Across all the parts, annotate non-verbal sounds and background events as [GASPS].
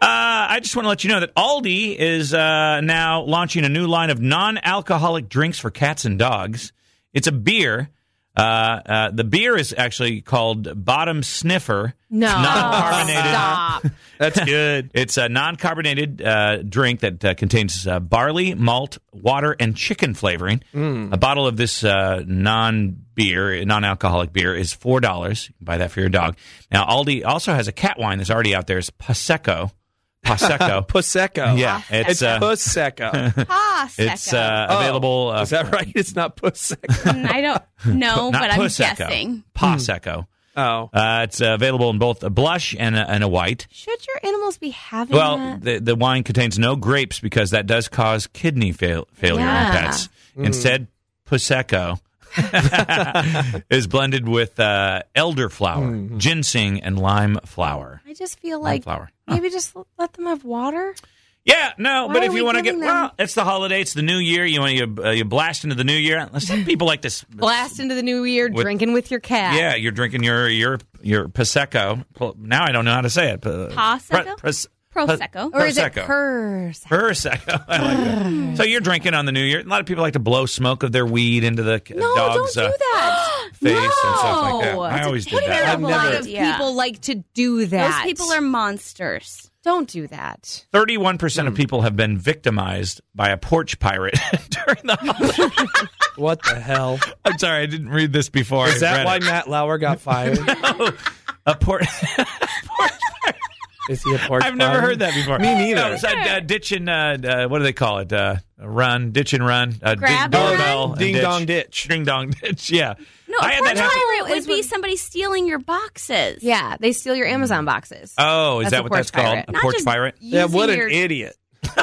Uh, I just want to let you know that Aldi is uh, now launching a new line of non-alcoholic drinks for cats and dogs. It's a beer. Uh, uh, the beer is actually called Bottom Sniffer. No. Oh, non-carbonated. [LAUGHS] Stop. That's good. It's a non-carbonated uh, drink that uh, contains uh, barley, malt, water, and chicken flavoring. Mm. A bottle of this uh, non-beer, non-alcoholic beer, is four dollars. You can buy that for your dog. Now, Aldi also has a cat wine that's already out there. It's [LAUGHS] Prosecco. Prosecco. Prosecco. yeah, It's it's uh, [LAUGHS] Prosecco. Ah, it's Secco. uh, available. Uh, Oh. Is that right? It's not Prosecco. [LAUGHS] Mm, I don't know, not but I'm Prosecco. guessing. Hmm. Prosecco. Oh. Uh, it's uh, available in both a blush and a, and a white. Should your animals be having Well, that? the, the wine contains no grapes because that does cause kidney fail- failure Yeah. in pets. Instead, Prosecco [LAUGHS] is blended with uh, elderflower, Hmm. ginseng, and lime flower. I just feel Lime like flower. maybe just l- let them have water. Yeah, no, Why but are if we you want to get giving them- well, it's the holiday, it's the new year. You want you, uh, you blast into the new year. Some people like this. Blast into the new year, With- drinking with your cat. Yeah, you're drinking your your your prosecco. Pro- Now I don't know how to say it. Pro- Prosecco? pros- Pro- Prosecco. Or is it Prosecco. purse? Prosecco. [LAUGHS] I like Mm. that. So you're drinking on the New Year. A lot of people like to blow smoke of their weed into the c- No, dog's Oh, don't uh, do [GASPS] that. face and stuff like that. No. I That's a always did that. I've terrible never- lot of Yeah. people like to do Those that. people are monsters. Don't do that. Thirty-one percent Hmm. of people have been victimized by a porch pirate [LAUGHS] during the. holiday. What the hell? I'm sorry, I didn't read this before. Is I that why read Matt Lauer [LAUGHS] got fired? it. a porch? Is he a porch [LAUGHS] I've never pirate? heard that before. Me neither. No, it's, uh, uh, ditch and uh, uh, what do they call it? Uh, run, ditch and run. Uh, Grab ding, and doorbell, and Ding ditch. dong ditch. Ding dong [LAUGHS] ditch. Yeah. No, I a had that porch happen. pirate Is would be when- somebody stealing your boxes. Yeah, they steal your Amazon boxes. Oh, is That's a that what porch that's called? pirate. A Not porch just pirate. Yeah, what using [LAUGHS] an your idiot.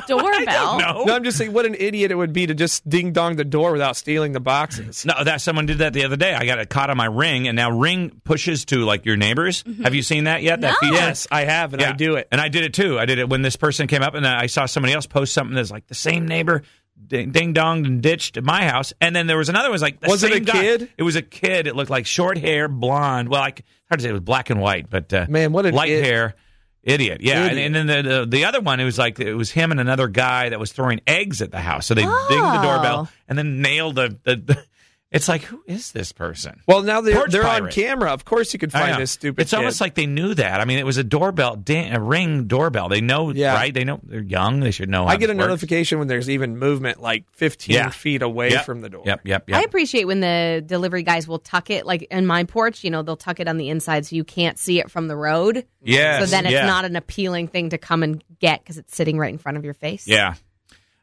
doorbell. No. No, I'm just saying, what an idiot it would be to just ding dong the door without stealing the boxes. No, that someone did that the other day. I got it caught on my ring, and now ring pushes to like your neighbors. Mm-hmm. Have you seen that yet? That feature? Yes, I have, and I Yeah. do it. And I did it too. I did it when this person came up, and I saw somebody else post something that's like the same neighbor. Ding, ding donged and ditched at my house, and then there was another one. Was like the Was it a same guy. kid? It was a kid. It looked like short hair, blonde. Well, I c- hard to say it was black and white, but uh, Man, what an light it- hair idiot. Yeah, and- Idiot. And, then the, the the other one, it was like it was him and another guy that was throwing eggs at the house. So they dinged the doorbell Oh. and then nailed the. the, the it's like who is this person? Well, now they're, Porch they're on pirate. camera. Of course, you can I know. find this stupid. It's almost like they knew that. I mean, it was a doorbell, ding, a ring doorbell. They know, Yeah. right? They know they're young. They should know. How I get a this works. notification when there's even movement, like 15 Yeah. feet away Yep. from the door. Yep, yep, I yep. appreciate when the delivery guys will tuck it, like in my porch, you know, they'll tuck it on the inside so you can't see it from the road. Yes, So then it's yeah. not an appealing thing to come and get because it's sitting right in front of your face. Yeah.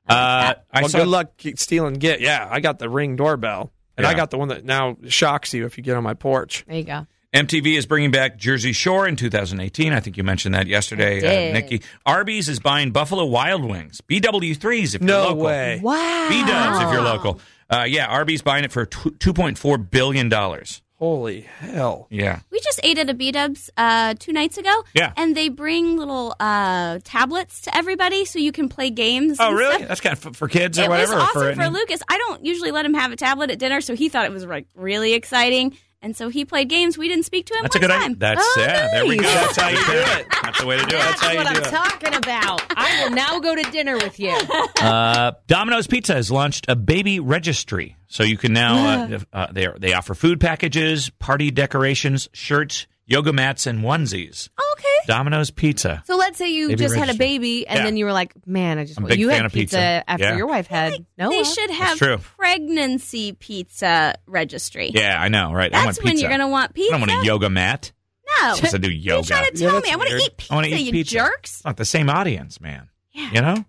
Uh, I Well, saw. good luck ke- stealing. Get yeah, I got the ring doorbell, and I Yeah. got the one that now shocks you if you get on my porch. There you go. MTV is bringing back Jersey Shore in 2018. I think you mentioned that yesterday, I did. Uh, Nikki. Arby's is buying Buffalo Wild Wings, BW3s if No you're local. way. Wow. B dubs if you're local. Uh, yeah, Arby's buying it for tw- $2.4 billion. Holy hell! Yeah. We just ate at a B Dubs uh, two nights ago. Yeah. And they bring little uh, tablets to everybody so you can play games. Oh, and really? stuff. That's kind of f- for kids or It was whatever? or awesome for, for any- Lucas. I don't usually let him have a tablet at dinner, so he thought it was like really exciting. And so he played games. We didn't speak to him That's a one good time. idea. That's Oh, yeah. There we go. nice. That's how you do it. That's the way to do That's it. what I'm talking about. I will now go to dinner with you. Uh, Domino's Pizza has launched a baby registry, so you can now uh, uh, they they offer food packages, party decorations, shirts, yoga mats, and onesies. Oh. okay. Domino's Pizza. [LAUGHS] So let's say you Maybe just had a register. baby and Yeah. then you were like, man, I just I'm a want big you fan had of pizza, pizza. after Yeah. your wife had no. They should have true. pregnancy pizza registry. Yeah, I know, right? I want That's pizza. when you're going to want pizza. I don't want a yoga mat. No. I'm supposed to do You're yoga. trying to tell Yeah, me that's I want to weird. eat I pizza, want to eat you pizza. jerks. It's not the same audience, man. Yeah. You know?